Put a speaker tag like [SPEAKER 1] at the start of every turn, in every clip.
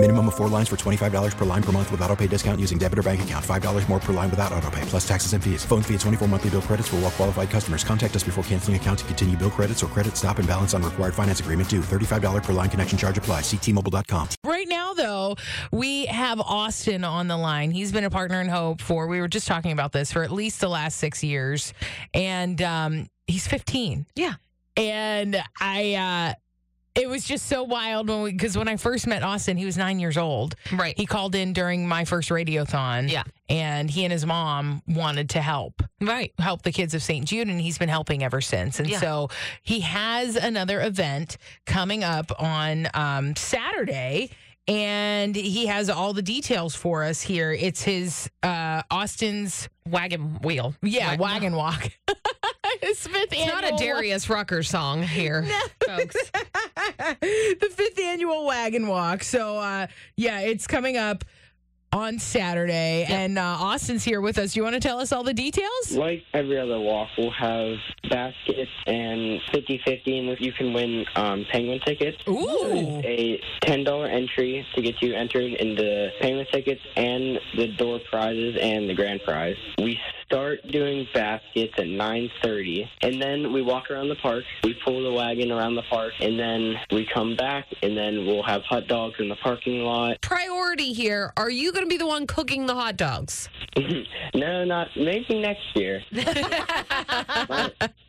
[SPEAKER 1] Minimum of four lines for $25 per line per month with auto pay discount using debit or bank account. $5 more per line without auto pay, plus taxes and fees. Phone fee at 24 monthly bill credits for all well qualified customers. Contact us before canceling account to continue bill credits or credit stop and balance on required finance agreement due. $35 per line connection charge apply. Ctmobile.com.
[SPEAKER 2] Right now, though, we have Austin on the line. He's been a partner in Hope for, we were just talking about this, for at least the last six years. And um, he's 15.
[SPEAKER 3] Yeah.
[SPEAKER 2] And I, uh, it was just so wild when we because when I first met Austin, he was nine years old.
[SPEAKER 4] Right.
[SPEAKER 2] He called in during my first radiothon.
[SPEAKER 4] Yeah.
[SPEAKER 2] And he and his mom wanted to help,
[SPEAKER 4] Right.
[SPEAKER 2] help the kids of St. Jude, and he's been helping ever since. And
[SPEAKER 4] Yeah.
[SPEAKER 2] so he has another event coming up on um, Saturday. And he has all the details for us here. It's his uh, Austin's
[SPEAKER 4] Wagon wheel.
[SPEAKER 2] yeah
[SPEAKER 4] Wa-
[SPEAKER 2] wagon walk. His fifth
[SPEAKER 4] It's not a
[SPEAKER 2] annual
[SPEAKER 4] Darius Rucker song here, folks.
[SPEAKER 2] the fifth annual wagon walk. So uh, yeah, it's coming up on Saturday, and uh, Austin's here with us. You want to tell us all the details?
[SPEAKER 5] Like every other walk, we'll have baskets and 50 50, and you can win um, penguin tickets.
[SPEAKER 2] Ooh,
[SPEAKER 5] A $10 entry to get you entered in the penguin tickets and the door prizes and the grand prize. We start doing baskets at 9.30, and then we walk around the park. We pull the wagon around the park, and then we come back, and then we'll have hot dogs in the parking lot.
[SPEAKER 4] Priority here. Are you going to be the one cooking the hot dogs?
[SPEAKER 5] no, not maybe next year.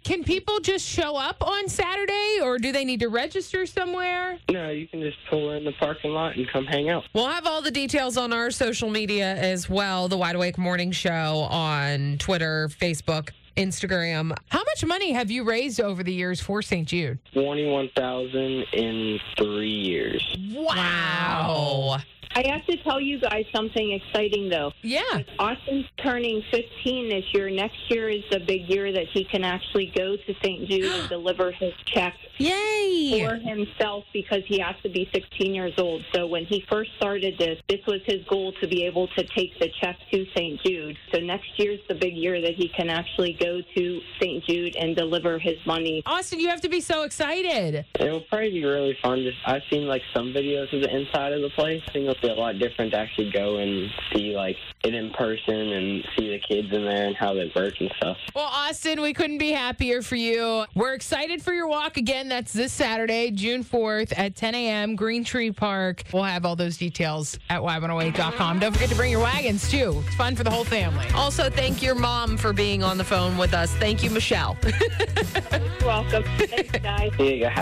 [SPEAKER 2] can people just show up on Saturday, or do they need to register somewhere?
[SPEAKER 5] No, you can just pull in the parking lot and come hang out.
[SPEAKER 4] We'll have all the details on our social media as well. The Wide Awake Morning Show on Twitter, Facebook, Instagram.
[SPEAKER 2] How much money have you raised over the years for St. Jude?
[SPEAKER 5] 21,000 in three years.
[SPEAKER 4] Wow.
[SPEAKER 6] I have to tell you guys something exciting, though.
[SPEAKER 2] Yeah,
[SPEAKER 6] Austin's turning 15 this year. Next year is the big year that he can actually go to St. Jude and deliver his check
[SPEAKER 4] Yay.
[SPEAKER 6] for himself because he has to be 16 years old. So when he first started this, this was his goal to be able to take the check to St. Jude. So next year's the big year that he can actually go to St. Jude and deliver his money.
[SPEAKER 2] Austin, you have to be so excited.
[SPEAKER 5] It'll probably be really fun. Just I've seen like some videos of the inside of the place. I think it'll be a lot different to actually go and see like it in person and see the kids in there and how they work and stuff.
[SPEAKER 2] Well, Austin, we couldn't be happier for you. We're excited for your walk again. That's this Saturday, June 4th at 10 a.m., Green Tree Park. We'll have all those details at y108.com. Don't forget to bring your wagons, too. It's fun for the whole family.
[SPEAKER 4] Also, thank your mom for being on the phone with us. Thank you, Michelle.
[SPEAKER 6] You're welcome. Thanks, guys.
[SPEAKER 5] See you guys.